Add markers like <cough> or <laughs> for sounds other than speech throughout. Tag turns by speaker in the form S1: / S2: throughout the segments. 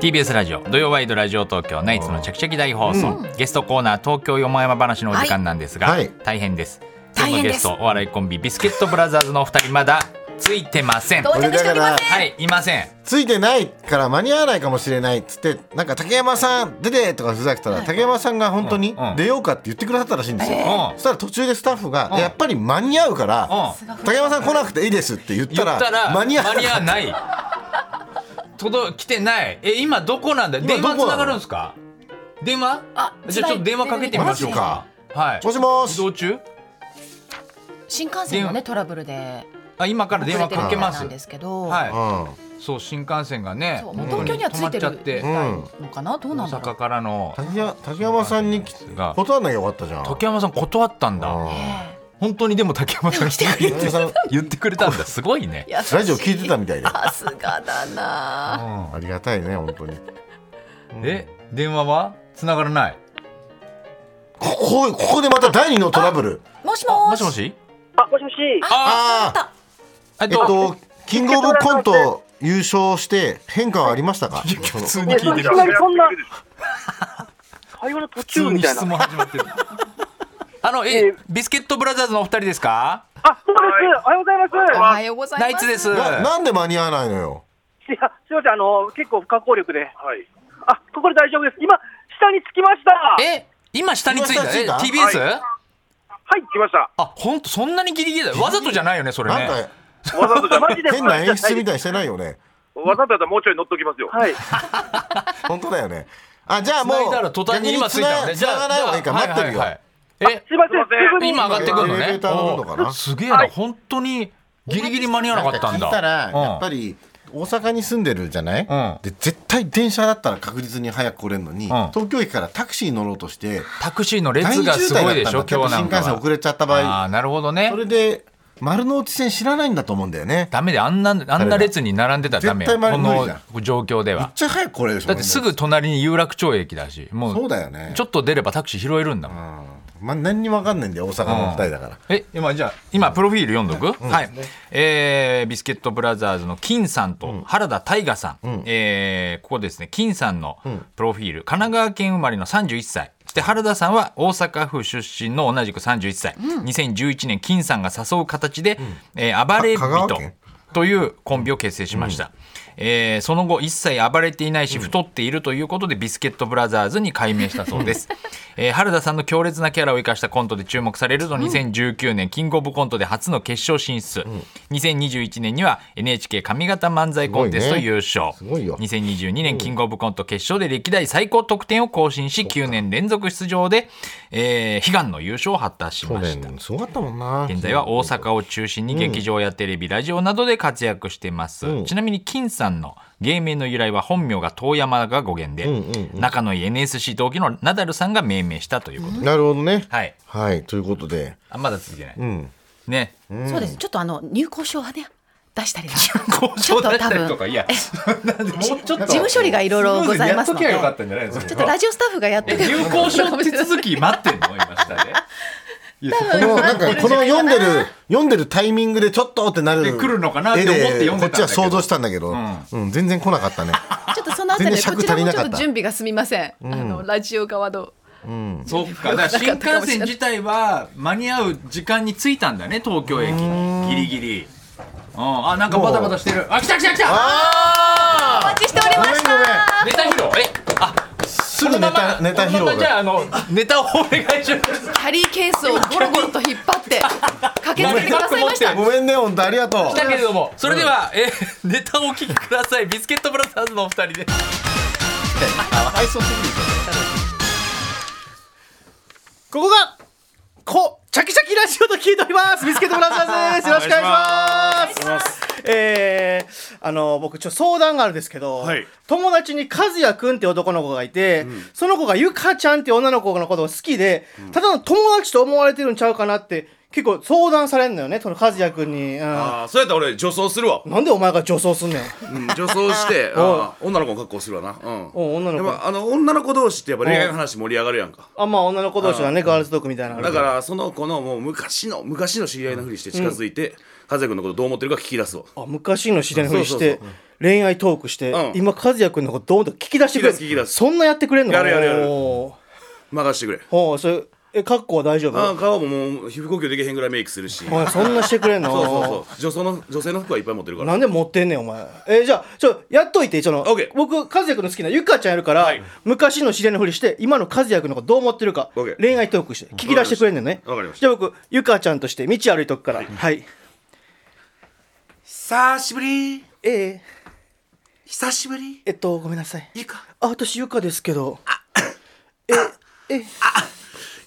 S1: TBS ラジオ土曜ワイドラジオ東京ナイツのちゃきちゃき大放送、ゲストコーナー東京よもやま話のお時間なんですが、
S2: はい
S1: 大変です
S3: 大変
S1: 今日の
S3: で
S1: ゲ
S3: す
S1: ストお笑いコンビビスケットブラザーズのお二人まだついてません
S3: 到
S1: は
S3: 着しておりません
S1: いいません
S2: ついてないから間に合わないかもしれないっつってなんか竹山さん出てとかふざけたら竹山さんが本当に
S1: うんうん
S2: 出ようかって言ってくださったらしいんですよ、
S1: うん
S2: そしたら途中でスタッフが
S1: ん
S2: やっぱり間に合うから
S1: うん
S2: 竹山さん来なくていいですって言っ
S1: 言
S2: た
S1: った
S2: ら
S1: ら
S2: 間に合わない
S1: ない届来てないえ今どこなんだ
S2: 今
S1: 電話つ
S2: どこなの
S1: ながるんですか電話
S3: あ
S1: じゃあちょっと電話かけてみましょうかはい
S2: もしも
S1: 移
S2: し
S1: 動中
S3: 新幹線のねトラブルで
S1: あ今から電話かけま
S3: 遅れてるみたいな
S1: す
S3: んですけど、
S1: は
S2: う
S1: いそう新幹線がね
S3: そうもう
S1: 本当
S3: 東京にはつ
S1: 止ま
S3: い
S1: ってち
S3: る
S1: ゃって
S2: ん
S3: のかなどう
S1: 大
S3: なんだろ
S1: 阪
S3: う
S1: からの
S2: ん竹や竹山さんに
S1: が
S2: 断んなきゃよかったじゃん
S1: 竹山さん断ったんだ
S2: う
S1: 本当にでも竹山さん来てくれ
S2: ん竹山さん
S1: 言ってくれたんだすごいね
S3: 優し
S2: ラジオ聞いてたみたいで
S3: さすがだな
S2: ありがたいね本当に
S1: え電話は繋がらない
S2: ここここでまた第二のトラブル
S3: もしもーし
S1: もしもし
S4: あ、もしもし。
S1: あ
S2: ああ
S3: あ
S1: ーえっ
S2: えっ
S1: と
S2: とキングオブコント優勝して変化はありましたか
S1: 普通
S4: い
S1: に
S4: や、
S1: 聞いて
S4: いき
S1: る
S4: なりそんな。会話の途
S1: 普通
S4: 中み
S1: に
S4: たい
S1: 質
S4: な。
S1: 問始まってる。あの、
S4: え
S1: え
S4: え、
S1: ビスケットブラザーズのお二人ですか。
S4: あ、そうです。おはようござい
S3: お
S4: ま
S3: はようございま
S1: ナ
S3: す
S1: イツです。
S2: ななんで間に合わないのよ
S4: す。いや、すみません。あの、結構不可抗力で。あ、ここで大丈夫です。今、下に着きました。は
S1: え、今下につい
S2: 今下に
S1: た。
S2: 着
S1: え、
S2: い
S1: TBS。
S4: い、来ました。
S1: あ、本当そんなにギリギリだ。わざとじゃないよね、それ
S2: なん
S1: ね
S2: か。
S5: わざとじゃな
S4: マ
S5: い。
S4: ジで
S2: 変な演出み
S4: た
S2: たいにしてないよね
S5: わざとやったらもうちょい乗っときますよ。
S4: はい。
S2: 本当だよねあじゃあもう
S1: 繋いだら途端に今ついたの
S2: 逆
S1: ね。
S2: に繋が繋がない方がいいから待ってるよ、
S1: はいはいはい
S4: すみません。
S5: すいません
S4: すぐ
S1: え、
S4: に。
S1: 今上がってくるの
S2: エレベ
S1: ね
S2: ーターのことか。な
S1: おすげえな、本当に。ギリギリ間に合わなかったんだ。
S2: 聞いたら
S1: うん
S2: やっぱり大阪に住んでるじゃない、
S1: ん
S2: で絶対電車だったら確実に早く来れるのに、
S1: ん
S2: 東京駅からタクシーに乗ろうとして
S1: タクシーの列がすごいでしょ、
S2: 大渋
S1: 今
S2: 滞だったんだ
S1: 日な
S2: 新
S1: んか
S2: 幹線
S1: は。
S2: 遅れちゃった場
S1: あ
S2: 合
S1: あ、なるほどね
S2: そ。れで丸の内線知らないんだと思うんだよね
S1: ダメで、あんな、あんな列に並んでたらダメよ。
S2: 絶対
S1: こ
S2: 丸無理じゃん
S1: の状況で
S2: めっ
S1: は。
S2: ちゃ早く来れるでしょ
S1: だってすぐ隣に有楽町駅だし、もう。
S2: そうだよね
S1: ちょっと出ればタクシー拾えるんだもん。
S2: まあ、何にも分かんないんだよ大阪の二人だから、
S1: え、今じゃあ、今プロフィール読んどく、はい。えービスケットブラザーズの金さんと原田大我さん。えーここですね、金さんのプロフィール、神奈川県生まれの31歳。そして原田さんは大阪府出身の同じく31歳。2011年、金さんが誘う形で、えー暴れ
S2: か香川
S1: 人
S2: 県。
S1: というコンビを結成しました、えーその後一切暴れていないし太っているということでビスケットブラザーズに改名したそう
S2: <laughs>
S1: です、えー原田さんの強烈なキャラを生かしたコントで注目されると2019年キングオブコントで初の決勝進出、2021年には NHK 上方漫才コンテスト優勝、
S2: すごいよ
S1: 2022年キングオブコント決勝で歴代最高得点を更新し9年連続出場で、えー悲願の優勝を果たしま
S2: 去
S1: した
S2: 年すごかったもんな
S1: 現在は大阪を中心に劇場やテレビ、ラジオなどで活躍してます、
S2: うん
S1: ちなみに金さんの芸名の由来は本名が遠山が語源で、
S2: うんうんうん
S1: 仲のいい NSC 同期のナダルさんが命名したということで、
S2: なるほどね
S1: はい
S2: はいということで
S1: あまだ続けない、
S2: うん
S1: ね
S3: そうですちょっとあの入校証はね出し
S2: <laughs>
S3: たりだ
S1: ち
S3: ちょっと
S1: <laughs>
S3: 多分
S1: いやもうちょっ
S3: 事務処理がいろいろございますので
S1: やっときゃよかったんじゃないですか
S3: ちょっと <laughs> ラジオスタッフがやって
S1: 流行証手続き待ってんの今下で
S2: このなん <laughs> かこの読んでる読んでるタイミングでちょっとってなる
S1: 来るのかなって思って読んでたんだけど
S2: 絵こっちは想像したんだけど、うん全然来なかったね
S3: ちょっとそのあた
S2: 全
S3: り
S2: 然
S3: こ
S2: 尺
S3: ちら
S2: 足り
S3: も
S2: な
S3: ち
S2: か
S3: ょ
S2: っ
S3: ったと準備が済みません、あのラジオ側の
S1: そっかだから新幹線自体は間に合う時間に着いたんだね東京駅にギリギリうんあなんかバタバタしてるあ来た来た来た
S3: お待ちしておりま
S2: ごめん
S3: し
S2: ごめん
S3: た
S1: ネタ披露えあ
S2: すぐネタネタ披
S1: このまま
S2: 露
S1: じゃ
S2: が
S1: ああのネタをお願いします
S3: キャリーケースをゴロゴロと引っ張って駆けつけてくださいました
S2: ごめんね本当ありがとう
S1: だけれどもそれで <laughs> はえネタをお聞きくださいビスケットブラザーズのお二人で
S6: ここが、こ、チャキチャキラジオと聞いております。ビスケットブラザーズ
S7: <laughs>
S6: です。よろしくお願いします。えー、あの僕ちょっと相談があるんですけど、
S5: はい
S6: 友達に和也くんって男の子がいて、その子がゆかちゃんって女の子のことを好きで、ただの友達と思われてるんちゃうかなって結構相談されんのよねその和也くんに、うん
S5: ああ、そうやったら俺、女装するわ。
S6: なんでお前が女装すんねん
S5: うん、女装 <laughs> して、あー女の子の格好するわな。うん。
S6: お女の
S5: や
S6: 子
S5: っぱあの女の子同士ってやっぱ恋愛の話盛り上がるやんか。
S6: あまあ女の子同士がねガールズトークみたいなのある
S5: だからその子のもう昔の昔の知り合いのふりして近づいて、
S7: 和也君のことどう思ってるか聞き出すを
S6: あ昔の知り合いのふりし
S7: そう
S6: て
S7: そう
S6: 恋愛トークして、
S7: うん
S6: 今和也君のことどんどん聞き出してくれる
S7: 聞き出す聞き出す
S6: そんなやってくれんの
S7: やるやるやる
S6: おー
S7: 任してくれ
S6: ほうそれえ格好は大丈夫
S7: あー顔ももう皮膚呼吸できへんぐらいメイクするしそう
S6: おいそんなしてくれんの
S7: <laughs> そうそう女性の女性の服はいっぱい持ってるから
S6: なんで持ってんねんお前えじゃあちょやっといてその、
S7: OK
S6: 僕和也君の好きなゆかちゃんやるから、
S7: はい
S6: 昔の知り合いのふりして今の和也君のことどう思ってるか、
S7: OK
S6: 恋愛トークして聞き出してくれんねんね
S7: わかりました
S6: じゃあ僕ゆかちゃんとして道歩いとくからはい、
S7: 久しぶり
S6: えー
S7: 久しぶり
S6: えっとごめんなさい
S7: ゆか
S6: あ私ゆかですけどええ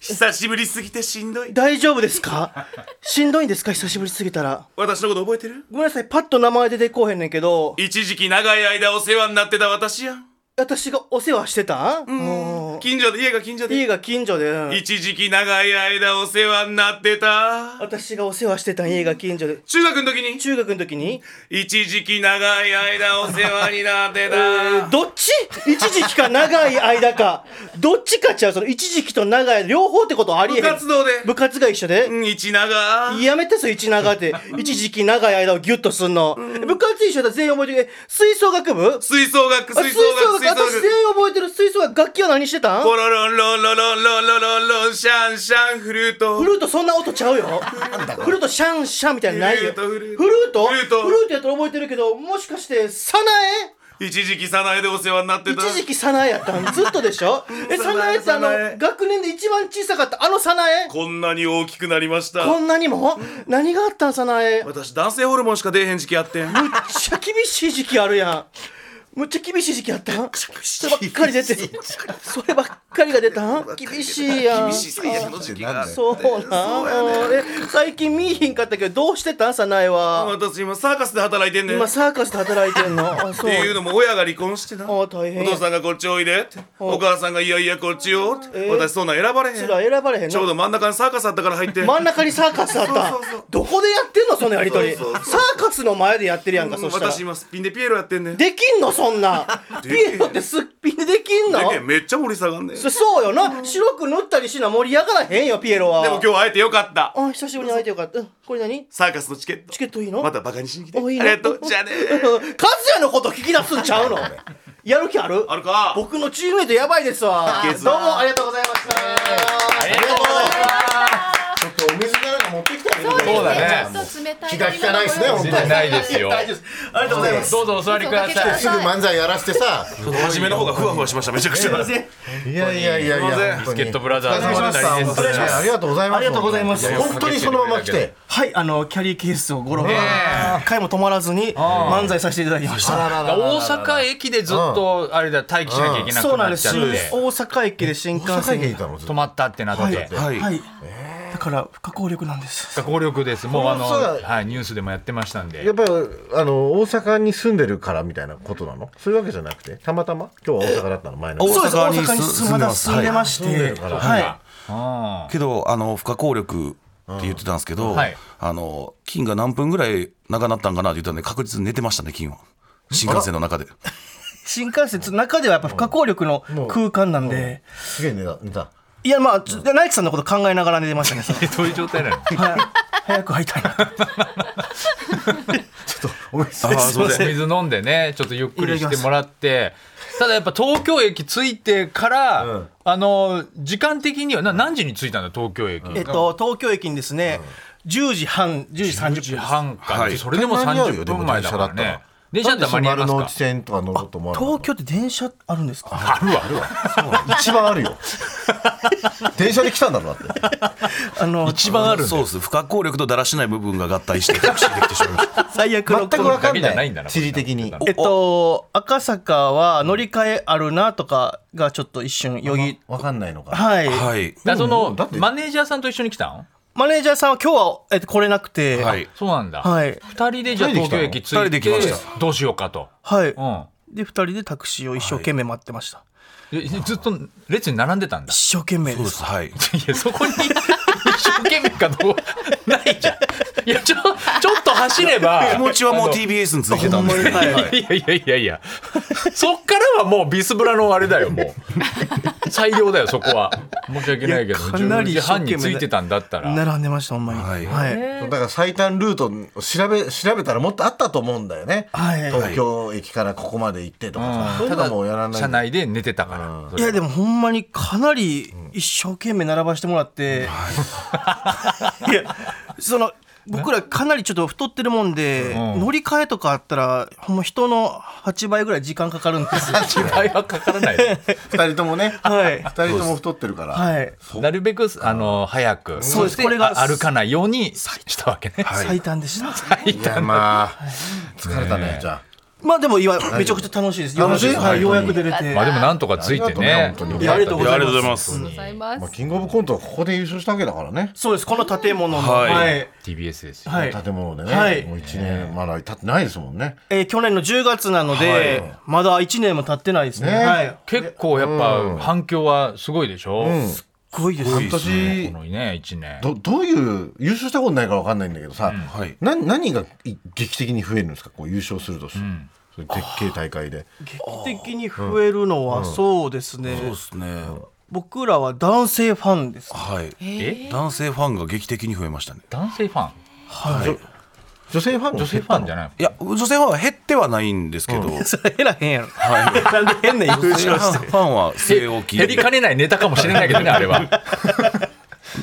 S7: 久しぶりすぎてしんどい
S6: 大丈夫ですかしんどいんですか久しぶりすぎたら
S7: 私のこと覚えてる
S6: ごめんなさいパッと名前出てこうへんねんけど
S7: 一時期長い間お世話になってた私や
S6: 私がお世話してたもう
S7: 近所で家が近所
S6: 家
S7: で
S6: が近所でうん
S7: 一時期長い間お世話になってた
S6: 私がお世話してた家が近所で
S7: 中学の時に
S6: 中学の時に
S7: 一時期長い間お世話になって
S6: えー
S7: た
S6: どっち一時期か長い間
S7: <laughs>
S6: かどっちかちゃうその一時期と長い間両方ってことありえへ
S7: 部
S6: ん
S7: 活動で
S6: 部活が一緒で
S7: うん一長
S6: やめてそれ一長って一時期長い間をギュッとすんの部活一緒だ全員覚えてるえ吹奏楽部
S7: 吹奏楽
S6: あ
S7: 吹奏楽吹奏
S6: 私全
S7: 楽
S6: 員覚えてる吹奏楽楽器は何してたん
S7: ポロロンロンロロンロンロロンロンシャンシャンフルート
S6: フルートそんな音ちゃうよフルートシャンシャンみたいなのないよ
S7: フルート
S6: フルート
S7: フルート
S6: フルートやったら覚えてるけどもしかしてサナエ
S7: 一時期早苗でお世話になってた
S6: 一時期サナエやった <laughs> んずっとでしょえ
S7: サ
S6: サ
S7: ナ
S6: ナ
S7: エ
S6: エってあの
S7: サナエ
S6: 学年で一番小さかったあのサナエ
S7: こんなに大きくなりました
S6: こんなにも何があったんサナエむっ
S7: 私男性ホルモンしか出えへん時期あってん
S6: ちゃ厳しい時期あるやんむっちゃ厳しい時期あったんそればっかり出てそればっかりが出たん厳しいやん
S7: 厳しい最悪の時期があって
S6: そうなんえ最近見いひんかったけどどうしてたんサナエは
S7: 私今サーカスで働いてんねん
S6: 今サーカスで働いてんのあ
S7: っ
S6: そ
S7: て
S6: う
S7: いうのも親が離婚してな
S6: あ
S7: お
S6: 大変
S7: 父さんがこっちおいでってお母さんがいやいやこっちよって、
S6: えー
S7: 私そんなん選ばれへん
S6: そら選ばれへん
S7: ちょう
S6: の
S7: ど真ん中にサーカスあったから入って
S6: 真ん中にサーカスあった
S7: そうそうそう
S6: どこでやってんのそのやりとりサ
S7: そうそう
S6: ーカスの前でやってるやんか
S7: う
S6: そ
S7: ん
S6: したら
S7: 私今スピンでピエロやってんねん
S6: できんのそんな
S7: <laughs> できん
S6: ピエロってすっぴんでできんの
S7: でけめっちゃ盛り下がんねんで
S6: そそうよな白く塗ったりしな盛り上がらへんよピエロは
S7: も今日会えてよかった
S6: あ久しぶりに会えてよかったうんこれ何
S7: サーカスのチケット
S6: チケットいいの
S7: またバカにしに来てあ
S6: おい
S7: り
S6: いな
S7: がとうじゃあ
S6: <laughs>
S7: ねー
S6: うんカズヤのこと聞き出すんち
S7: <laughs>
S6: ゃうのやる気ある
S7: あるか
S6: 僕のチームメイトやばいですわ
S7: いけず
S6: どうもありがとうございました
S2: ありがとうございます。ちょっとお水かなんか持ってきたらいいんだけど
S1: そうだね
S3: ちょっと冷たい
S2: 気が利かないですね本当に
S1: 全然ないですよ
S2: 大丈夫ですありがとうございま
S1: <laughs>
S2: す。
S1: どうぞお座りください
S2: すぐ漫才やらせてさ。
S7: 初めの方がふわふわしましためちゃくちゃ
S2: いやいやいやいや。本当に
S1: ビスケットブラザーズ
S2: お疲れ様でした
S1: お疲れ様です
S2: ありがとうございます。
S6: ありがとうございます
S2: 本当にそのまま来て。
S6: はいあのキャリーケースをゴロゴロ一回も止まらずに漫才させていただきました
S1: 大阪駅でずっとあれだ待機しなきゃいけな
S6: そう
S1: く
S6: なん
S1: な
S6: で
S1: っち
S6: す
S1: ゃっ
S6: 大
S1: て
S6: 阪駅で新幹
S2: 朝
S6: 線
S2: 日い
S6: に
S2: たの。ずっ
S1: 止
S2: と
S1: まったってなって
S7: はい
S6: はいだから不可抗力なんです
S1: 合力ですもうあの、
S2: このさ
S1: はい、ニュースでもやってましたんで
S2: やっぱりあの大阪に住んでるからみたいなことなのそういうわけじゃなくてたまたま今日は大阪だったの前の
S7: お
S6: そうです大
S7: 大阪に
S6: 阪にま
S7: 住んで
S6: だ
S7: ます
S6: 住んでまし
S2: はい住んで
S6: て
S2: るから
S6: は
S7: けどあの不可抗力って言ってたんですけど、
S1: はい
S7: あの金が何分ぐらい長なったんかなって言ったんで確実に寝てましたね金は新幹線の中で
S6: い新幹線の中ではやっぱ不可抗力の空間なんで
S2: すげえ寝た寝た
S6: いやまあつナイキさんのこと考えながら寝てましたねその
S1: <laughs> えどういう状態なの
S6: はい早く入りたいな
S2: お水
S7: あーすいません
S1: 水飲んでねちょっとゆっくりしてもらってただやっぱ東京駅着いてから、
S2: うん
S1: あの時間的にはな何時に着いたんだ東京駅、
S6: えっと東京駅にですね10時半10時30
S1: 10
S6: 分
S1: 時半か、
S7: はい
S1: それでも30分前だからね電車だったら間に合います
S2: 丸の
S1: か
S2: 内線とか乗ろうと思わなか
S6: 東
S2: った
S6: 京って電車あるんですか
S1: あるわあるわ
S2: 一番
S1: <laughs>
S2: あるよ電車で来たんだろだって
S6: あの
S1: 一番あるんだ
S7: そう
S1: よ
S7: です不可抗力とだらしない部分が合体してタクシーできてしまいました
S6: 最悪の
S2: 全く分かん
S1: だけじゃ
S2: な
S1: ないんだ
S2: い
S1: な
S2: 地理的に
S6: えっと赤坂は乗り換えあるなとかがちょっと一瞬よぎ
S2: 分かんないのか
S6: はい、
S7: はい
S1: だからそ
S2: うん
S1: の
S2: だって
S1: マネージャーさんと一緒に来たん
S6: マネージャーさんは今日は、えっと、来れなくて
S7: は
S6: はい、
S7: い
S1: そうなんだ、
S6: はい
S1: 2人でじゃあ東京駅着いて
S7: 二人で来ました
S1: どうしようかと、うん、
S6: で2人でタクシーを一生懸命待ってました、
S1: えずっと列に並んでたんだ
S6: 一生懸命
S7: そう
S6: で
S7: ですすはい
S1: いや、そこに一生懸命かどうないじゃん。いや、ちょ、ちょっと走れば。
S7: 気持ちはもう
S1: あの
S7: TBS についてたんで
S6: ほんまにはい
S1: いやいやいやいや。そっからはもうビスブラのあれだよ、もう。最良だよ、そこは。申し訳ないけど
S6: いやかな
S1: 10
S6: り
S1: 時
S6: 一生
S1: 半
S6: 懸
S1: に
S6: 命
S1: ついてたんだったら
S6: 並んでましたほんまに
S5: はい
S6: はい
S2: だから最短ルートを調べ調べたらもっとあったと思うんだよね、
S6: はい
S2: 東京駅からここまで行ってとかさ、そうい
S1: た
S2: うの
S1: だ
S2: もやらない
S1: 車内で寝てたから
S6: いやでもほんまにかなり一生懸命並ばしてもらって、 <laughs> い、やその僕らかなりちょっと太ってるもんで、
S1: うん
S6: 乗り換えとかあったらほんま人の8倍ぐらい時間かかるんですよ
S1: 気配はかからない
S2: 2人ともね
S6: はい
S2: 2人とも太ってるから、
S6: はい、
S1: なるべくあの早く
S6: そう
S1: そ
S6: です
S1: して
S6: これが
S1: あ歩かないようにしたわけね
S6: 最短でした、
S2: いやまあ疲れたねじゃあ
S6: まあでもいわめちゃくちゃ楽しいです
S2: 楽しい
S6: はい、ようやく出れて、
S1: まあでもなんとかついてね
S2: ありがとうね本当に
S6: いやありがとうございます
S5: す
S3: ございま
S2: まあ、
S3: す。
S2: キングオブコントはここで優勝したわけだからね
S6: そうですこの建物の
S5: はい
S6: はい、
S1: TBS ですよ
S6: はい
S2: 建物でね、
S6: はい
S2: もう1年まだ経ってないですもんね
S6: えー去年の10月なので、まだ1年も経ってないですね
S2: ね
S6: はい
S1: 結構やっぱ反響はすごいでしょす
S6: すごいです
S2: 半
S6: ね
S1: ごい
S2: 年
S1: このね一年
S2: どどういう優勝したことないから分かんないんだけどさ、
S5: はい
S2: な何がい劇的に増えるんですかこう優勝するとす、そういうでっけえ大会で
S6: 劇的に増えるのはそうですね、
S5: そうですね。
S6: 僕らは男性ファンです
S5: はい。
S1: え
S5: 男性ファンが劇的に増えましたね。
S1: 男性ファン
S2: 女性ファン
S1: 女性ファンじゃない
S5: いや、女性ファンは減ってはないんですけど、
S6: それ減らへんやろ
S5: はい。
S6: なんで変な優
S5: 女性フ
S6: 勝して
S5: ァンは据え置き。
S1: 減りかねないネタかもしれないけどねあれは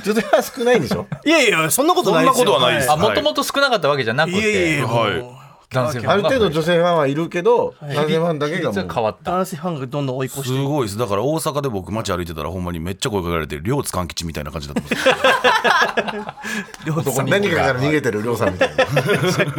S2: 女性ファン少ないんでしょ
S6: いやいやそんなことないですよ
S5: そんなことはないです
S1: あもともと少なかったわけじゃなく
S6: いやい
S1: て
S6: や
S5: はい
S6: もう
S1: 男性ファンが
S2: ある程度女性ファンはいるけど、男性ファンだけ
S1: 比
S2: が
S1: 率
S2: もう
S1: は変わった
S6: 男性ファンがどんどん追い越して
S5: すごいです。だから大阪で僕街歩いてたらほんまにめっちゃ声かけられて、両津勘吉みたいな感じだったんですよ。
S1: 男人
S2: 何かから逃げてるりょうさんみたいな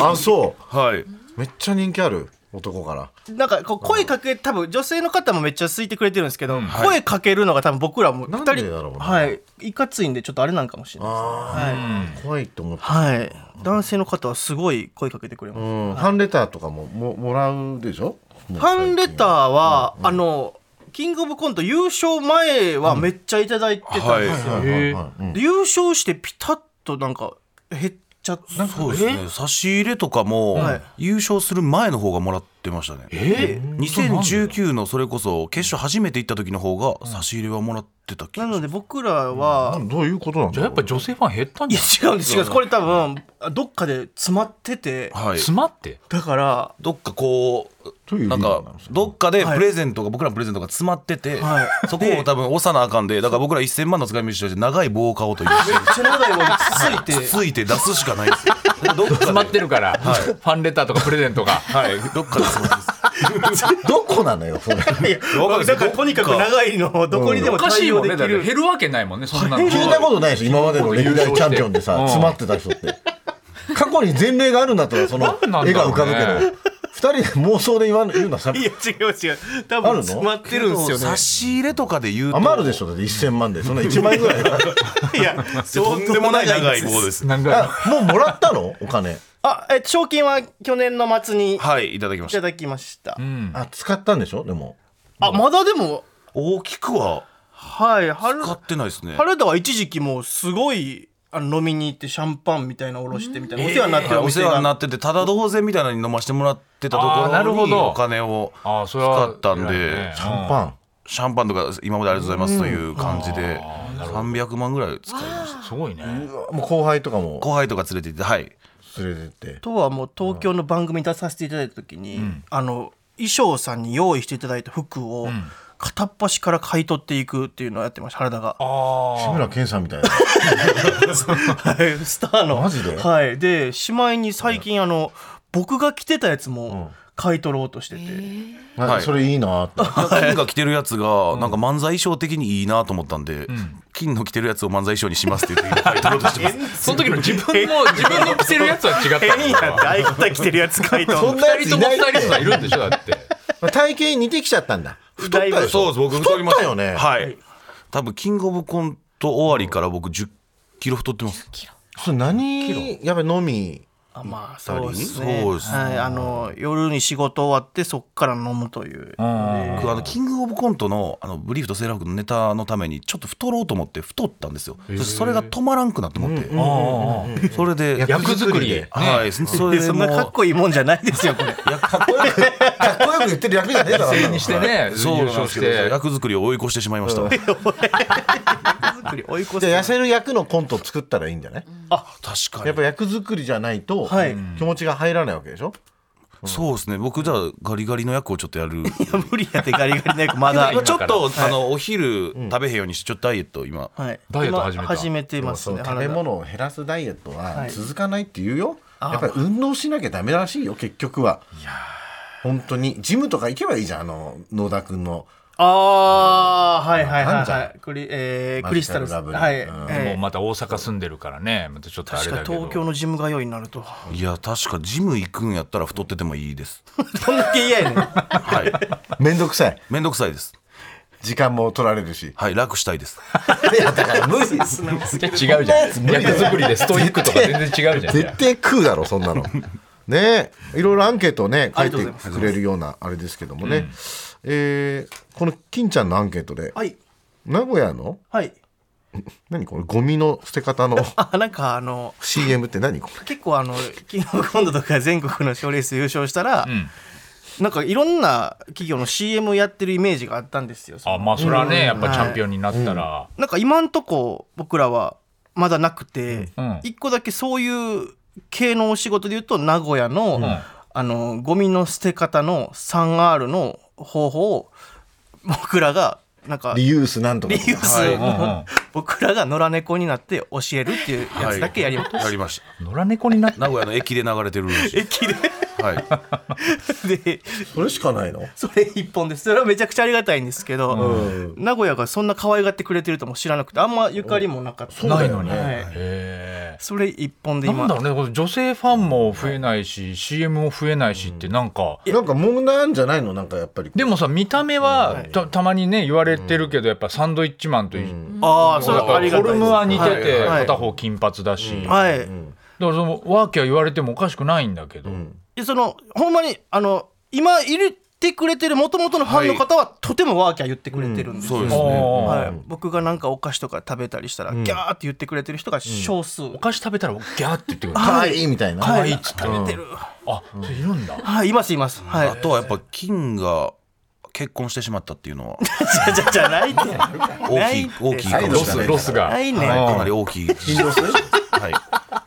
S2: あそ
S5: はい。
S2: うめっちゃ人気ある男から
S6: なんかこう声かけ多分女性の方もめっちゃ好いてくれてるんですけど、声かけるのが多分僕らも
S2: なん
S6: 2
S2: で
S6: 人
S2: だろうな
S6: はいいかついんでちょっとあれなんかもしれない
S2: あー怖いと思った、
S6: はい男性の方はすごい声かけてくれます、
S2: うん、ファンレターとかもももらうでしょフ
S6: ファンレターは、あのキングオブコント優勝前はめっちゃいただいてたんですよ、
S5: はい
S1: へー
S2: はいうん
S6: で優勝してピタッとなんか減っちゃった
S5: そうですね。差し入れとかも
S6: はい、
S5: 優勝する前の方がもらってましたね。
S6: え
S5: 2019のそれこそ決勝初めて行った時の方が差し入れはもらってた気
S6: な
S5: が
S6: の
S5: しま
S6: で
S5: す
S6: 僕らは、
S2: どういうことなん
S1: じゃ
S2: だ
S1: あや
S2: ろ
S1: っぱ女性ファン減ったん
S6: い
S1: じ
S6: や
S1: ゃない
S6: 違うんです違うんですこれ多分どっかで詰まってて
S5: はい
S1: 詰まって
S6: だから
S5: どっかこ
S2: どういう理
S5: うな
S2: 由
S5: ん
S2: なん
S5: か
S2: ですか
S5: どっかで
S6: はい
S5: プレゼントが僕らのプレゼントが詰まってて
S6: はい
S5: そこを多分押さなあかんでだから僕ら1000万の使い道として長い棒を買おうという
S6: めっちゃ長いものついて
S5: ついて出すしかない
S6: <laughs>
S5: んですよどっか
S1: 詰
S5: で
S1: まってるからファンレターとかプレゼントが
S5: はいどっかで詰まってます
S2: <laughs> どこなのよそれ聞い
S5: わかる
S6: だからとにかく長いのをどこにで
S1: お
S6: も
S1: かし
S6: 対
S1: い
S6: 応
S1: もん
S6: で
S1: ね
S6: き
S1: だって
S6: る
S1: 減るわけないもんねそんなの
S2: たことないでしょ今までの歴代チャンピオンでさ
S1: うん
S2: 詰まってた人って過去に前例があるんだったらその
S1: なんなんだろうね
S2: 絵が浮かぶけど二人で妄想で言わん言うのはさ
S6: いや違う違う多
S2: ある
S6: 分
S2: の
S6: 詰まってるんですよね
S5: 差し入れとかで言うと
S2: 余るでしょだって1000万でそんな1万円ぐらい
S6: いや
S5: とんでもない長い棒です
S1: なんか
S2: あもうもらったのお金
S6: あえ賞金は去年の末にい
S5: はいいただきました
S6: ただきました
S1: うん
S2: あ使ったんでしょでも
S6: あまだでも
S5: 大きくは
S6: はい春
S5: 買ってないですね
S6: 原田は一時期もうすごいあの飲みに行ってシャンパンみたいなのおろしてみたいなお世話になってるお
S5: お
S6: 店
S5: 世話にな
S6: が
S5: っててただ同然みたいなのに飲ませてもらってたと
S1: あ
S5: こ
S1: ーなる
S5: ろ
S1: ほ
S5: に
S1: ど
S5: お金を
S1: あーそれ
S5: 使
S1: は
S5: ったんで、
S2: シャンパン
S5: シャンパンとか今までありがとうございますという感じで300万ぐらい使いました
S1: すごいね
S2: うわもう後輩とかも
S5: 後輩とか連れて行ってはい
S2: 連れてって
S6: とはもう東京の番組に出させていただいた時に、あの衣装さんに用意していただいた服を片っ端から買い取っていくっていうのをやってました原田
S5: <laughs>
S6: が
S1: あ
S2: 志村けんさんみたいな <laughs>
S6: はいスターの
S2: マジで
S6: はいでしまいに最近あの僕が着てたやつも買い取ろうとしてて、
S2: なんかそれいいなって
S5: 金が着てるやつがなんか漫才衣装的にいいなと思ったんで、金の着てるやつを漫才衣装にしますって言って買い取ろうとしてます
S1: その時の自分の自分の着てるやつは違った
S6: 変やって相方着てるやつ買い取
S2: そ
S6: る
S2: んなや
S1: 二
S2: つ
S1: 人と
S2: い
S1: もス
S2: な
S1: タ
S2: い
S1: イリストがいるんでしょだって
S2: 体型に似てきちゃったんだ
S5: 太ったでしょそうです僕太りました
S2: 太ったよね
S5: はい多分キングオブコント終わりから僕1 0キロ太ってます
S2: それ何やっぱり飲み
S6: あまあそうです
S5: 二
S6: ね
S5: 人そうですね
S6: はい、あの夜に仕事終わってそっから飲むという、
S5: 僕あのキングオブコントのあのブリーフとセーラー服のネタのためにちょっと太ろうと思って太ったんですよ、そしてそれが止まらんくなって思って、それで
S1: 役作りで
S5: はい、そそれ
S6: で
S5: で
S6: そん
S5: も
S6: なかっ
S5: う
S6: こいいもんじゃないですよこれ
S2: かっこよくかっこよく言ってる役じゃねえだろ
S1: にしてね優
S5: そうなん
S1: 勝
S5: です
S1: し
S5: けど
S1: て
S5: 役作りを追い越してしまいました、り追い越
S2: <laughs> じゃあ痩せる役のコントを作ったらいいんじゃない
S5: 確
S2: や
S5: か
S2: っ
S5: に
S2: ぱ役作りじゃないと
S6: はい
S2: 気持ちが入らないわけでしょ
S5: そうですね僕じゃあガリガリの役をちょっとやる
S6: 無理やってガリガリの役まだ
S5: 今ちょっと、あのお昼食べへんようにしてちょっとダイエット今、
S6: はい
S1: ダイエット始めた
S6: 今始めてます
S2: そう
S6: ね
S2: 食べ
S6: 原田
S2: 物を減らすダイエットは
S6: はい
S2: 続かないって言うよ、やっぱり運動しなきゃダメらしいよ結局は本当にジムとか行けばいいじゃんあの野田君
S6: <laughs>
S2: の
S6: ああーはいはいは
S2: ないんじゃ
S6: はいクリ,、えー、クリスタル
S2: マジカルラブリー
S6: はい、
S2: うん
S1: もう
S6: えー
S1: また大阪住んでるからねまたちょっとあれ
S6: 確か
S1: だ
S6: に
S1: けど
S6: 東京のジムが良いになると
S5: いや確かジム行くんやったら太っててもいいです
S6: どんだけ嫌やねん
S5: <laughs> はい
S2: 面倒くさい
S5: 面倒くさいです
S2: 時間も取られるし
S5: はい楽したいです
S2: いやだから無理です
S1: いや違うじゃん役作りでストイックとか全然違うじゃん
S2: 絶対食うだろそん
S6: <laughs>
S2: なのねえいろいろアンケートをね書い
S6: ありがとうございま
S2: てくれるようなあれですけどもね、えーこの金ちゃんのアンケートで
S6: はい
S2: 名古屋の
S6: はい
S2: 何これゴミの捨て方の <laughs>
S6: あなんかあの
S2: CM って何これ
S6: 結構あのキングオブコントとか全国の賞レース優勝したら、
S1: ん
S6: なんかいろんな企業の CM やってるイメージがあったんですよ
S1: あまあそれはねやっぱチャンピオンになったら
S6: なんか今んとこ僕らはまだなくて、
S1: うんうん
S6: 一個だけそういう系のお仕事で言うと名古屋の、あのゴミの捨て方の 3R の方法を僕らがなんか
S2: リユースなんとか
S6: リ
S2: と
S6: ユース、
S5: はいうん
S1: うん
S6: 僕らが野良猫になって教えるっていうやつだけやりました、
S5: やりまし <laughs>
S1: 野良猫になった
S5: 名古屋の駅で流れてるらしい
S6: 駅で
S5: はい
S6: <laughs> で
S2: それしかないの
S6: それ一本ですそれはめちゃくちゃありがたいんですけど、
S2: うん
S6: 名古屋がそんな可愛がってくれてるとも知らなくてあんまゆかりもなかった
S1: ないのに、
S6: はい
S1: へ
S6: それ一本で
S1: ーな
S6: 今
S1: んだろうねこれ女性ファンも増えないし CM も増えないしってなんか
S2: なんか問題あるんじゃないのなんかやっぱり
S1: でもさ見た目はたたまにね言われてるけどやっぱサンドイッチマンとい
S6: ああそ
S1: そう
S6: れ
S1: だ
S6: は
S1: か
S6: あり
S1: ら
S6: が
S1: フォ
S6: た
S1: ルム
S6: いです
S1: は似てて
S6: はい
S1: 片方金髪だしだか
S6: はい、
S1: らそのワーキャー言われてもおかしくないんだけど
S6: でそのほんまにあの今いるってくれてる元々のファンの方は、とてもワーキャー言ってくれてるんですよ、
S5: そうですね
S1: あ
S6: はい、僕がなんかお菓子とか食べたりしたら、ギャーって言ってくれてる人が少数、
S1: お菓子食べたらギャーって言ってくる
S2: かわいいみたいな、
S1: 可愛いっつって
S6: 食べてる、
S1: あそれいるんだ
S6: はいいますいますはい
S5: あとはやっぱ金が結婚してしまったっていうの <laughs>
S6: じ
S5: は
S6: ゃじゃじゃないって
S5: 大きい大きいかも
S1: ロ
S5: しれな
S1: ス
S5: い
S1: ロスが
S6: ないね
S5: はい
S1: うん
S5: かなり大きいはい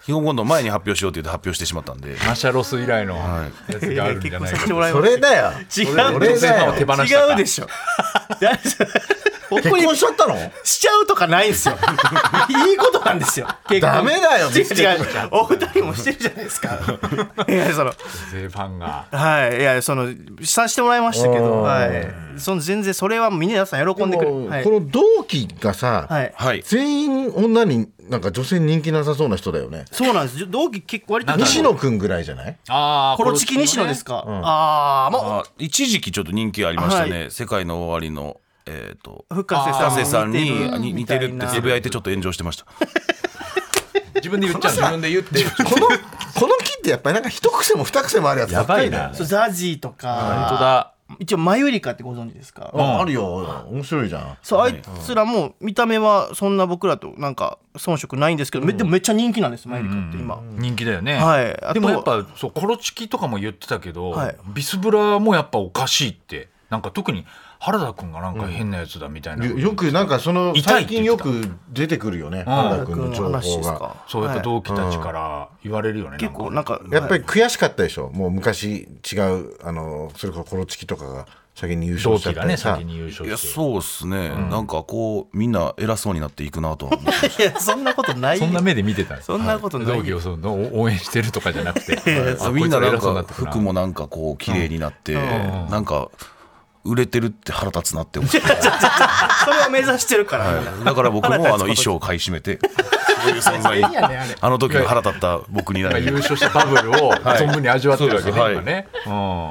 S5: 基本今度前に発表しようって言って発表してしまったんで
S1: マシャロス以来のやつ
S6: い
S1: があ
S6: や
S1: るんじ
S6: 結
S1: ゃ
S6: 構
S1: ない
S6: させ
S1: か
S6: <laughs> てもらい
S2: そ
S6: ます
S2: れだよ
S6: 違
S2: 俺俺
S1: 女性ファン
S2: だ
S1: を手
S2: よ
S1: 放したか
S6: 違うでしょ誰それ
S2: 結
S1: <laughs>
S6: 怒り
S2: 婚しちゃったの
S6: しちゃうとかないんですよ <laughs> いいことなんですよ結
S2: ダメだよ
S6: 違う違うお二人もしてるじゃないですか <laughs> いやその
S1: 女性ファンが
S6: はいいやそのさせてもらいましたけど
S2: うん
S6: はいその全然それは皆さん喜んでくれ
S2: で
S6: る
S2: も
S6: はい
S2: この同期がさ、
S6: はい
S5: はい
S2: 全員女になんか女性人気なさそうな人だよね
S6: そうなんです同期結構割と
S2: 西野くんぐらいじゃない
S1: あ
S6: コロチキ西野ですかああも
S5: あ一時期ちょっと人気ありましたね、世界の終わりのえっ、と
S6: う深瀬さん
S5: 加瀬さんに
S6: 似てる
S5: に似てるってつぶやいてちょっと炎上してました
S1: 自分で言っちゃ <laughs> う自分で言って
S2: このこの木ってやっぱりなんか一癖も二癖もあるやつばっかりだよね
S6: そうザジーと
S1: 本当
S6: か
S1: だ
S6: 一応マユリカってご存知ですか
S2: ああるよ面白いじゃん
S6: そうあいつらも見た目はそんな僕らとなんか遜色ないんですけどめでもめっちゃ人気なんですマユリカって今
S1: 人気だよね、
S6: はいあと
S1: でもやっぱそうコロチキとかも言ってたけど、
S6: はい
S1: ビスブラもやっぱおかしいってなんか特に原田君がなんか変なやつだみたいな、
S2: よよくなんかその
S1: 痛い
S2: 最
S1: って言
S2: 近
S1: っ
S2: よ
S1: てた
S2: く出てくるよね原田君の情報が
S1: そうやっぱ
S6: はい
S1: 同期たちから言われるよね、
S6: 結構
S1: な
S6: なんん
S1: か
S6: か
S2: やっぱり悔しかったでしょもう昔違うあのそれこそコロチキとかが先に優勝
S1: 同
S2: しちゃ
S1: 期
S2: った
S1: が
S2: り
S1: ね
S2: さ、
S1: 先に優勝
S5: いや
S1: して
S5: そうっすね、なんかこうみんな偉そうになっていくなと
S6: <laughs>
S5: は思って
S6: いやそんなことない
S1: そんな目で見てたんです
S6: そんなことない
S1: 同期をその応援してるとかじゃなくて
S5: <laughs>
S1: あ
S5: みんななん
S1: こいつら偉そうに
S5: か
S1: ってるな
S5: 服もなんかこう綺麗になって、なんか売れてるって腹立つなって思っ
S6: そ
S5: て、
S6: れを目指してるから、
S5: だから僕もあの衣装を買い占めてそういう存在あの時の腹立った僕にな
S1: まあ
S5: り
S1: 優勝したバブルを存分に味わってるわけね、
S5: はい
S1: 今ね、う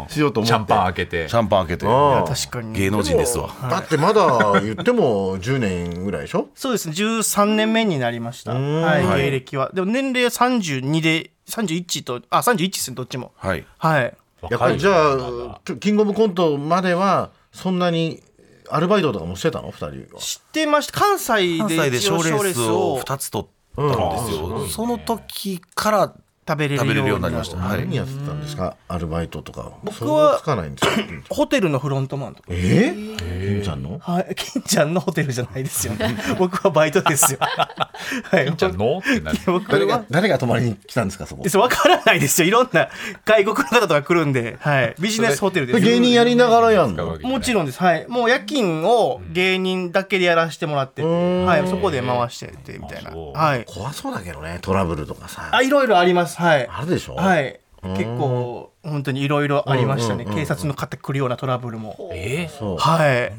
S1: ん
S2: しようと思って
S1: シャンパン開けて
S5: シャンパン開けて
S2: ああ
S6: 確かに
S5: 芸能人ですわ
S2: だってまだ言っても10年ぐらいでしょ
S6: そうですね13年目になりました、はい、芸歴はでも年齢32で31とあ31ですねどっちも
S5: はい
S6: はい
S2: やっぱりじゃあちょキングオブコントまではそんなにアルバイトとかもしてたの2人は
S6: 知ってました関西
S5: 関西
S6: で
S5: で
S6: 一
S5: 賞
S6: 応
S5: レ
S6: 賞レース
S5: ースを
S6: を
S5: 2つ取ったんですよ、その時から
S8: 食べれ
S5: 食べ
S8: る
S5: れるよ
S8: よ
S5: う
S8: う
S5: に
S8: にな
S5: な
S8: りま
S5: りまし
S8: したた。
S5: はい
S2: 何やってたんですかアルバイトとかは
S6: 僕は
S2: 想像つかないんです <clears throat> よ
S6: ホテルのフロントマンとか。
S2: えー、金ちゃんの
S6: はい、 <laughs> 金ちゃんのホテルじゃないですよね。 <laughs> 僕はバイトですよ。 <laughs> はい、
S1: じゃあのってなる
S6: 僕
S2: 誰
S6: は
S2: が。誰が泊まりに来たんですかそこ
S6: そうわからないですよ。いろんな外国の方とか来るんで、はい、ビジネスホテルです。
S2: 芸人やりながらやんの
S6: もちろんです。はい。もう夜勤を芸人だけでやらせてもらってて、はい、そこで回しててみたいな。はい。
S2: 怖そうだけどねトラブルとかさ
S6: あ、いろいろあります。はい。
S2: あるでしょ
S6: はいい。結構本当にいろいろありましたね。警察の方来るようなトラブルも。
S1: えー
S2: そう
S6: はい。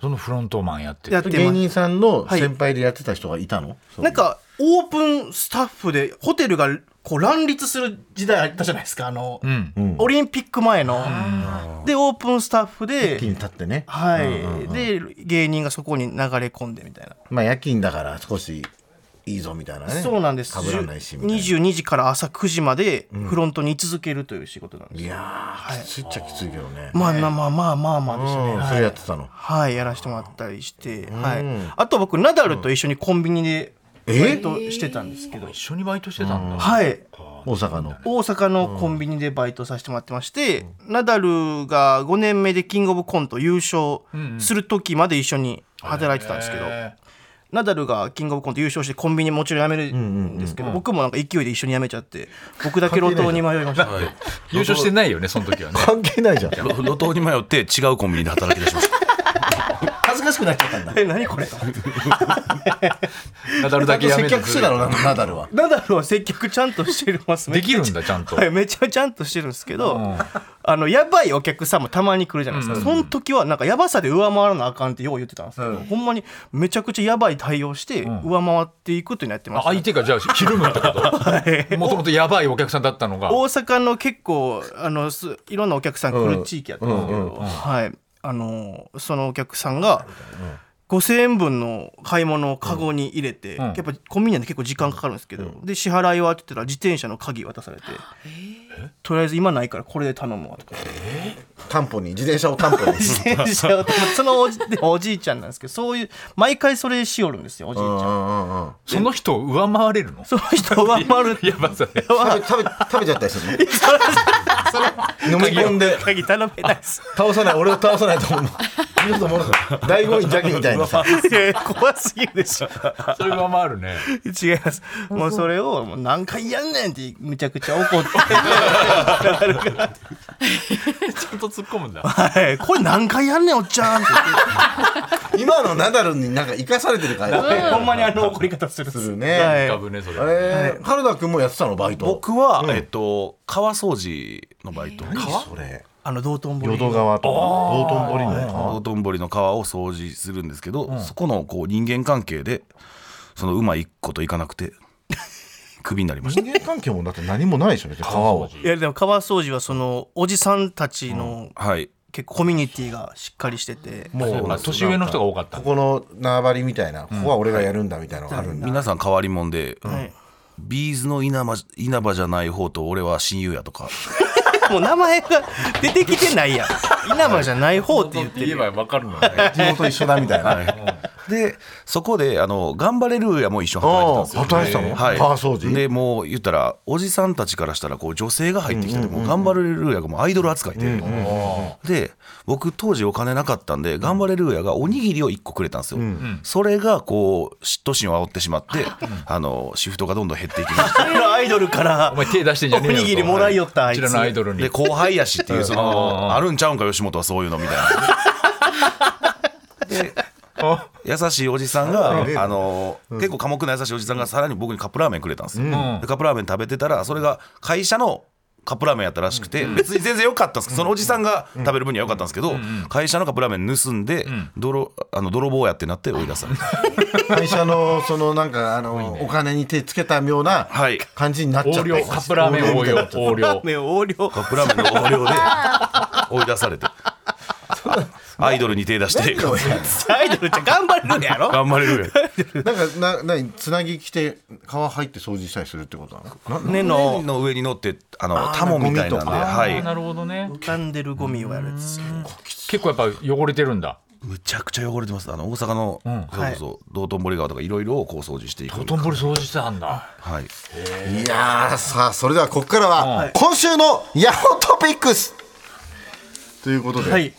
S1: そのフロントマンやって
S6: や
S1: て
S6: って
S2: 芸
S6: ま
S2: 人さんの先輩でやってた人がいたの、
S6: す。なんかオープンスタッフでホテルがこう乱立する時代あったじゃないですか。あの、
S1: うん
S6: オリンピック前の。でオープンスタッフ
S2: 気に
S6: で。
S2: 立ってね、
S6: はい、で芸人がそこに流れ込んでみたいな、
S2: まあ夜勤だから少しいいぞみたいなね
S6: そうなんです
S2: 被らないしみたいな
S6: 22時から朝9時までフロントに居続けるという仕事なんです、
S2: いやーきついっちゃきついけどね、
S6: まあまあまあまあまあまあでしたね、
S2: うん
S6: はい
S2: それやってたの
S6: はい、やらせてもらったりして、は
S2: うん
S6: い、あと僕ナダルと一緒にコンビニでバ
S2: え
S6: イトしてたんですけど、
S1: 一緒にバイトしてたんだ
S6: はい
S2: 大阪の
S6: 大阪のコンビニでバイトさせてもらってまして、ナダルが5年目でキングオブコント優勝する時まで一緒に働いてたんですけど、ナダルがキングオブコント優勝してコンビニもちろん辞めるんですけど、僕もなんか勢いで一緒に辞めちゃって僕だけ路頭に迷い <laughs> ました
S5: はい
S1: 優勝してないよねその時
S2: <laughs>
S1: はね
S2: 関係ないじゃん
S5: 路 <laughs> 路頭に迷って違うコンビニで働き出しま <laughs> した。
S2: 恥ずかしくなっちゃったんだ
S6: え何これと思 <laughs> って
S1: ナダルだけやめ
S2: 接
S1: て
S2: 客してたろなナダルは
S6: ナダルは接客ちゃんとして <laughs> ます
S1: できるんだちゃんと
S6: はい、めちゃちゃんとしてるんですけど、あのやばいお客さんもたまに来るじゃないですか、その時はなんかやばさで上回らなあかんってよう言ってたんですけど、ほんまにめちゃくちゃやばい対応して上回っていくっていうのやってま
S1: あ
S6: した、
S1: 相手がじゃあひるむってこともともとやばいお客さんだったのが
S6: 大阪の結構あのすいろんなお客さん来る地域やったんですけど、はい、あのそのお客さんが。5000円分の買い物をカゴに入れて、やっぱコンビニなんで結構時間かかるんですけど、で支払いはって言ったら自転車の鍵渡されて、とりあえず今ないからこれで頼むわとか
S2: 担保 <laughs> に自転車を担保に
S6: 自転車をそのおじでおじいちゃんなんですけどそういう毎回それしおるんですよおじいち
S2: うん
S6: ゃん
S2: うんうんうん
S1: その人を上回れるの
S6: その人はまる
S1: やば <laughs> さで
S2: 食べ食べ食べちゃったりする <laughs> の飲み込んで
S6: 鍵頼めないです
S2: 倒さない俺を倒さないと思う <laughs> 二度と戻すな大五位ジャケみたいなさ
S6: いや怖すぎるでしょ
S1: それ上回るね
S6: 違いますもうそれをもう何回やんねんってむちゃくちゃ怒って
S1: ちゃんと突っ込むんだ <laughs>
S6: はいこれ何回やんねんおっちゃんって
S2: 今のナダルになんか生かされて
S1: <laughs>
S2: る感
S6: 言って
S2: じ
S6: ほんまにあの怒り方するんですす
S2: る
S6: は
S2: ね
S6: い
S1: 株ねそれ
S2: えー原田君もやってたのバイト
S5: 僕は、えっと、川掃除のバイト。
S2: 何それ
S6: あの道頓堀
S2: 淀川とか道頓堀の
S5: 道頓堀の川を掃除するんですけど、そこのこう人間関係でその馬一個といかなくて <laughs> クビになりました
S2: 人間関係もだって何もないでしょ別に川を
S6: いやでも川掃除はそのおじさんたちの
S5: はい
S6: 結構コミュニティがしっかりしてて
S1: もうあ年上の人が多かった
S2: ここの縄張りみたいなここは俺がやるんだみたいなのがあるんだ
S5: 皆さん変わり者で、
S6: はい
S5: ビーズの稲葉稲葉じゃない方と俺は親友やとか
S6: もう名前が出てきてないやん。稲葉じゃない方って言ってる。
S1: ば分かるのね
S2: 地元一緒だみたいな
S5: でそこであの「頑張れルーヤ」も一緒に働いてたんですよ
S2: ああ働いてたの
S5: はい、
S2: 川掃除
S5: でもう言ったらおじさんたちからしたらこう女性が入ってきたりもう「頑張れルーヤ」がもうアイドル扱いで、で僕当時お金なかったんで「頑張れルーヤ」がおにぎりを1個くれたんですよ、それがこう嫉妬心を煽ってしまって、 <laughs> あのシフトがどんどん減っていきました
S6: それのアイドルから
S1: お前手出してんじゃねえよ
S6: おにぎりもらいよったあ
S1: こ
S6: いつ
S1: ちらのアイドルに
S5: で後輩やしっていうそのあるんちゃうんか吉本はそういうのみたいな。で優しいおじさんが、あの結構寡黙な優しいおじさんがさらに僕にカップラーメンくれたんですよ、でカップラーメン食べてたらそれが会社のカップラーメンやったらしくて、別に全然良かったんですけどそのおじさんが食べる分には良かったんですけど、会社のカップラーメン盗んで、泥あの泥棒やってなって追い出された
S2: 会社のそのなんかあのお金に手つけたような
S5: はい
S2: 感じになっちゃ
S1: 横
S2: って
S1: 領カップラーメン横領横
S6: <laughs>
S1: 領
S6: 目を横領。
S5: カップラーメンの横 <laughs> 領で追い出されてアイドルに手出して
S6: アイドルじゃ頑張れるやろ。
S5: 頑張れる
S2: なんかななにつなぎ着て川入って掃除したりするってことなのな
S6: 根の
S5: のの上に乗ってあのタモみたいなんで、
S2: ゴミとか
S5: は
S1: あー
S5: い、
S1: なるほどね
S6: 浮かんでるゴミをやるやつですね。
S1: 結構やっぱ汚れてるんだ
S5: むちゃくちゃ汚れてますあの大阪の、
S1: ん
S5: そうそう道頓堀川とかいろいろこう掃除していく
S1: 道頓堀掃除してたんだ
S5: はい
S2: いやーさあそれではここから
S1: う
S2: は
S1: ん
S2: 今週のヤホートピックスということで、
S6: はい。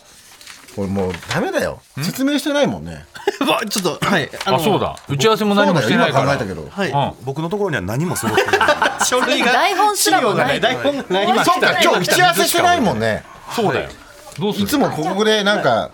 S2: これもうダメだよ説明してないもんね
S6: うわちょっと、はい。
S1: あ
S6: の
S1: そう。だ打ち合わせも何もしてないか
S2: そうだ
S1: ら
S2: よ今考えたけど
S6: はい。
S1: うん
S5: 僕のところには何も揃っ
S2: <laughs>
S5: てない
S6: 書類が。
S3: 台本すらもない
S6: 資料が台本がない。
S3: 今
S2: そうか今日打ち合わせしてないもんね
S1: そうだよどうす
S2: い
S1: る
S2: つもここでなんか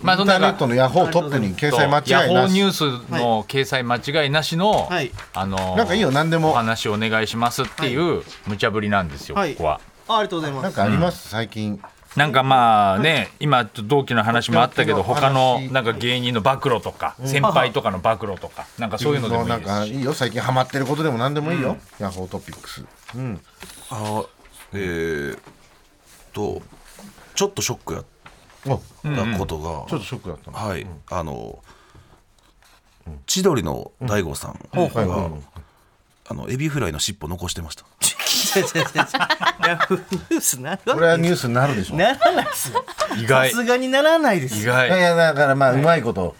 S1: まあ
S2: イ
S1: そ
S2: ン
S1: んな
S2: ターネ
S1: 中
S2: ットのヤホートップに掲載間違い
S1: ヤ
S2: な
S1: ホーニュ
S2: し
S1: ースの掲載間違いなしの、
S6: はい
S1: あのー
S2: なんかいいよ何でも
S1: お話お願いしますっていう無茶ぶりなんですよ、
S6: はい
S1: ここは。
S6: あありがとうござい
S2: な
S6: ま
S2: ん
S6: す。
S2: かあります最近
S1: なんかまあね、今ちょっと同期の話もあったけど
S2: 同期
S1: 他
S2: の
S1: の
S2: 話
S1: なんか芸人の暴露とか、先輩とかの暴露とかなんかそういうのでもいい
S2: なん
S1: です
S2: か
S1: し
S2: いいよ最近ハマってることでも何でもいいよヤホートピックス
S5: あのえー、とちょっとショックやっ
S2: おち
S5: たことが、
S2: ょっとショックだったの
S5: はい、あの千鳥の大悟さんが、
S2: はいうん
S5: あのエビフライの尻尾残してました
S6: 違う違う違う違うヤフーニュースな
S2: これはニュースになるでしょい
S6: ならないですよ。
S1: 意
S6: さ
S1: 外
S6: すがにならないです
S1: 意
S6: よ。
S2: やい
S1: 外
S2: やだからまあうまいこと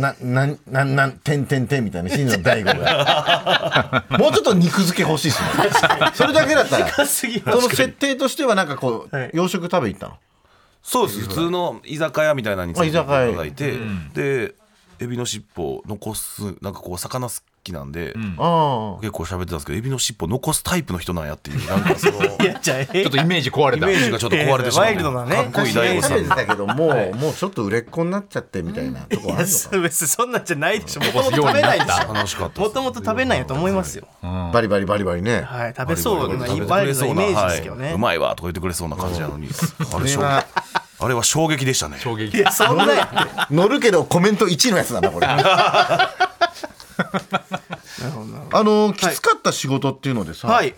S2: ななんなんなんてんてんてんみたいな新庄大悟が
S6: <laughs>
S2: もうちょっと肉付け欲しいっすねそれだけだったら
S6: 高すぎま
S2: その
S6: すけ
S2: 設
S6: ど。
S2: 定としてはなんかこう
S6: はい
S2: 洋食食べ行ったの
S5: そうです普通の居酒屋みたいなのに連れてっていただいて、でエビの尻尾残すなんかこう魚好きなんで、
S2: あ
S5: 結構喋ってたんですけどエビの尻尾残すタイプの人なんやっていうなんかその
S6: い
S5: イ
S6: や、じゃあ、
S1: ちょっとイメージ壊れた
S5: メージがちょっと壊れてしまう、
S6: ワイルドなね
S5: かっこいい大悟
S2: 食
S5: さ
S2: べ
S5: ん
S2: てたけどもうもうちょっと売れっ子になっちゃってみたいなとこあるの
S6: そう別にそんなんじゃないでしょ。もと
S1: 残
S6: も
S1: す
S6: と
S1: よう
S6: 食
S1: に
S6: べ
S1: な
S6: な
S1: っ
S6: いでしょ。
S1: た
S5: 楽しかった
S6: もともと食べないよと思いますよ。
S2: かバリバリバリバリね
S6: はい。食べそうな、いっぱいあるのイメージですけど
S5: は
S6: ね
S5: い、う。まいわとか言ってくれそうな感じなのに、あれ衝
S2: これは
S5: あれは衝撃でしたね
S1: 衝撃
S6: いや、そんなや
S2: 乗るけどコメント1のやつだなこれ <laughs> あのきつかった仕事っていうのでさ、
S6: はい。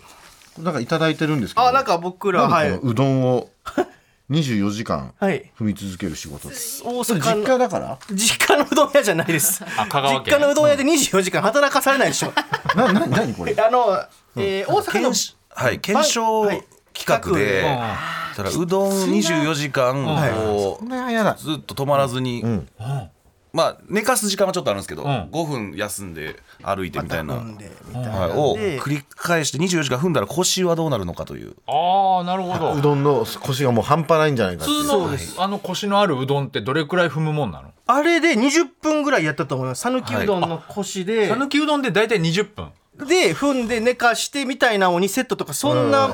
S2: なんかいただいてるんですけど
S6: あ、なんか僕ら、は
S2: なん
S6: い
S2: でこ。のうどんを24時間
S6: <laughs> はい。
S2: 踏み続ける仕事って
S6: 大
S2: それ実
S6: 阪の
S2: 家だから
S6: 実家のうどん屋じゃないです。
S1: 香川県
S6: 実家のうどん屋で24時間働かされないでしょ。
S2: なな何これ
S6: あの、えー大阪の
S5: 検証はい検証
S6: はい
S5: 企画で、
S1: うん
S5: そしたらうどん24時間こ
S2: こ
S5: うん
S2: な嫌だ
S5: ずっと止まらずに、まあ寝かす時間はちょっとあるんですけど、
S1: ん
S5: 5分休んで歩いてみたいな、
S6: 飲んでみたいな
S5: はい、を
S6: で
S5: 繰り返して24時間踏んだら腰はどうなるのかという
S1: ああなるほ
S2: う
S1: ど
S2: どんの腰がもう半端ないんじゃないかっていう
S1: 普通のあの腰のあるうどんってどれくらい踏むもんなの
S6: あれで20分ぐらいやったと思います讃岐うどんの腰で、
S1: 讃岐うどんで大体20分
S6: で踏んで寝かしてみたいなのにセットとかそんな
S1: あー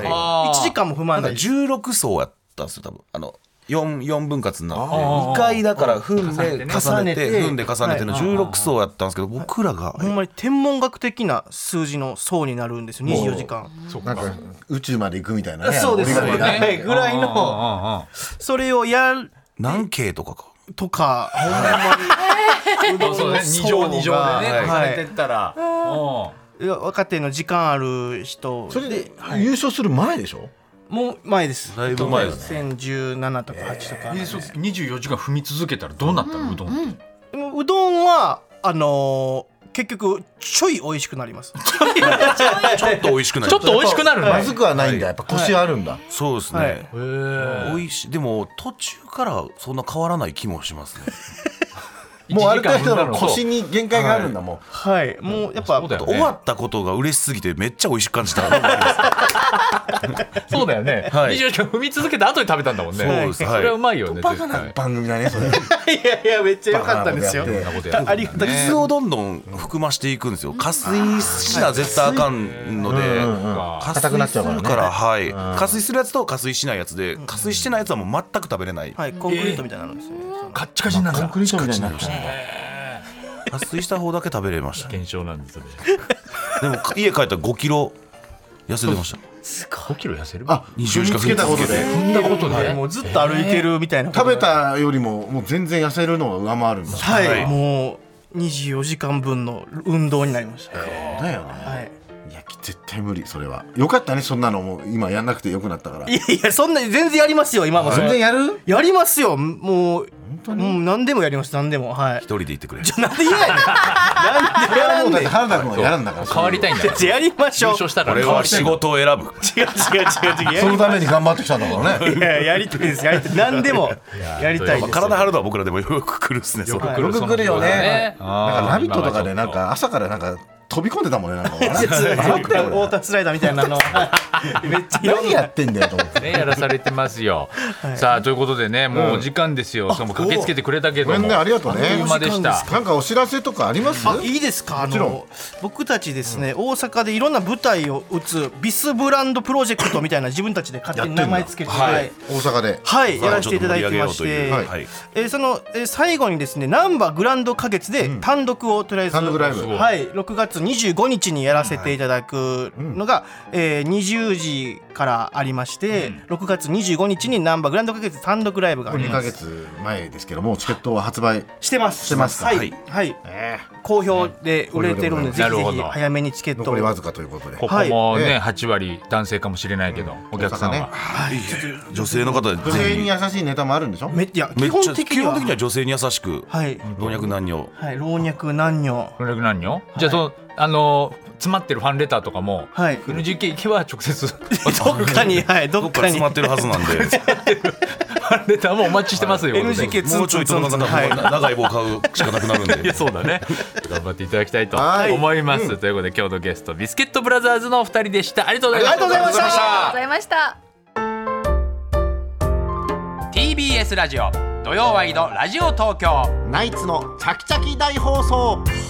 S6: 1時間も踏
S5: な
S6: ま
S5: んか
S6: ないです
S5: 16層やったんですよ多分あの 4, 4分割になって
S1: あー
S5: 2回だから踏ん
S1: 重ねて
S5: で
S1: ね
S5: 重
S6: 重
S5: ね
S6: ね
S5: て
S6: て
S5: 踏んで重ねての16層やったんですけど僕らが
S6: ほんまに天文学的な数字の層になるんですよ24時間
S1: そっ
S2: なんか宇宙まで行くみたいなね
S6: そうです
S2: 折り紙が
S6: はいぐらいの
S1: の
S6: それをやる
S5: 何系とかか
S6: とかほんまにうどんの
S1: そうね二乗二乗でね
S5: はい
S1: 重ねてったらうん
S6: いや若手の時間ある人
S2: それで優勝する前でしょ
S6: もう前です
S5: だいぶ前です
S6: 2017とか8とか、
S1: えそう24時間踏み続けたらどうなったのうどんって
S6: でもうどんはあのー結局ちょい美味しくなります
S5: ちょっと美味しくない
S1: ちょっと美味しくなるんだ
S2: まずくはないんだやっぱ腰あるんだ
S5: そうですね、
S6: はい
S5: 美味しいでも途中からそんな変わらない気もしますね
S2: もうある程度の腰
S1: に
S2: に限界があるんだも
S6: はいもうやっぱ
S1: そうだよ
S5: 終
S1: ね
S5: わったことが嬉しすぎてめっちゃ美味しく感じたのがあります
S1: そうだよね
S5: はい
S1: 24時間踏み続けた後に食べたんだもんね
S5: そうです
S1: それはうまいよね
S2: うバカな
S1: 絶対
S2: 番組だねそ
S6: <laughs>
S2: れ
S6: いやいやめっちゃ良かったんですよ
S2: バカなこと
S1: そんなこと
S2: やって
S1: やって
S6: ありがたい
S5: 水をどんどん含ましていくんですよ加水しな絶対あかんので、
S1: か
S5: 加水
S2: 硬くなっちゃうか
S5: す
S2: らね
S5: るから、はい、加水するやつと加水しないやつで、加水してないやつはもう全く食べれない。
S6: はいコンクリートみたいなのですねその
S1: カッチカチになるんだ
S2: リートみたいになる
S5: 加水した方だけ食べれましたね。
S1: 現象なんですよね
S5: でも家帰ったら5キロ痩せてました。
S1: 5キロ痩せる
S2: あ
S5: 20時間
S2: つけたことで
S1: そんなこと
S6: はい
S1: ね
S6: もうずっと歩いてるみたいなこと
S2: 食べたよりももう全然痩せるのが上回るんだ
S6: はい、
S5: はい
S6: もう24時間分の運動になりました
S2: だよね
S6: はい
S2: いや絶対無理それはよかったねそんなのもう今やんなくてよくなったから
S6: いやいやそんな全然やりますよ今もそれ
S2: 全然やる
S6: やりますよもうもう何でもやります何でもはい
S5: 一人で行ってくれ。
S6: なんで嫌やねんなんでやら
S2: うだって原田君はやらんだから
S1: 変わりた
S2: い
S1: いんだ
S6: <laughs>
S1: よ
S6: じゃあやりまし
S1: 優
S6: ょう。
S1: 勝したら
S5: 俺
S1: 変わ
S5: は
S1: りたい
S5: 仕事を選
S6: 違う違
S5: ぶ
S6: う違う違う。
S2: そのために頑張ってきたんだからね <laughs>
S6: いややりたいですやりたい何でもやりたいです
S5: 体張るのは僕らでもよく来るっすねそこ
S1: く
S2: よく来るよねなん
S1: あ
S2: か
S1: ー
S2: 「ラビット!」とかで
S1: 今
S2: な
S1: はちょっ
S2: んか朝からなんか飛び込んでたもんねなんか
S6: ウォー
S2: 笑
S6: タースライダーみたいなのめっちゃいろん
S2: 何
S6: な
S2: やってんだよと思って
S1: ね、やらされてます
S2: <laughs>
S1: よ。さあということでね、もうお時間ですよ。しかも駆けつけてくれたけども、
S2: ごめんねありがとうね
S1: あっという間でし
S6: お時間で
S1: た
S6: す。
S2: なんかお知らせとかあります
S6: あいいですかあ
S2: ちろん
S6: の僕たちですね、大阪でいろんな舞台を打つビスブランドプロジェクトみたいな自分たちで勝手に名前つけてはい、
S2: 大阪で
S6: はい、
S5: まあ
S6: やらせていただいてまし
S5: ちょっと盛り上げ
S6: て、
S5: ようという
S6: は
S5: はいい
S6: えーその、えー最後にですねナンバーグランド花月で単独をとりあえず、
S2: 単独ライブ
S6: はい、6月25日にやらせていただくのが、えー20時からありまして、6月25日にナンバーグランド花月単独ライブがあり
S2: 2
S6: ま
S2: ヶ
S6: す、
S2: 月前ですけどもうチケットは発売
S6: してます
S2: してますか
S6: はい、
S2: は
S6: はい
S2: い
S6: 好評で売れてるんで、ぜ
S1: な
S6: ひ
S1: る
S6: ぜ
S1: ほ
S6: ひ
S1: ど
S6: 早めにチケット
S2: 残
S6: を
S2: りわずかということで
S1: ここも
S2: はいえ
S1: ね、
S2: え
S1: 8割男性かもしれないけど、お客さん
S2: 大阪
S1: は
S2: ね。
S5: 女性の方で
S2: 女性に優しいネタもあるんでしょ
S6: めいや
S5: め
S6: 基
S5: っち
S6: 本
S5: ゃ
S6: 的には
S5: は女性に優しく
S6: はい、
S5: 老若男女
S6: はい、老若男女
S1: これだけなんよ。じゃあそのあのー詰まってるファンレターとかも、
S6: はい
S1: NGK 行けば直接 <laughs> フ
S6: <laughs> どっかにはいど
S5: どっ
S6: っ
S5: か
S6: か
S5: ら詰
S6: に
S5: まってるはずなんで
S1: ァンレターもお待ちしてますよ。
S6: NGK ツ
S5: も
S6: ン
S5: うち
S6: ツ
S5: ょ
S6: ン
S5: い
S6: ツ
S5: と
S6: ン
S5: の
S6: ツ
S5: 方
S6: ン
S5: が
S6: はい
S5: 長い棒買うしかなくなるん
S1: いや
S5: で
S1: そうだ
S2: <laughs>
S1: ね。頑張っていただきたいと
S2: はい
S1: 思います。ということで今日のゲストビスケットブラザーズのお二人でした。ありがとうございま
S6: あ
S1: し
S6: りがとうございまし
S3: ありがとう
S6: た
S3: ございました。
S1: た。TBS ラジオ土曜ワイドラジオ東京。
S8: ナイツのチャキチャキ大放送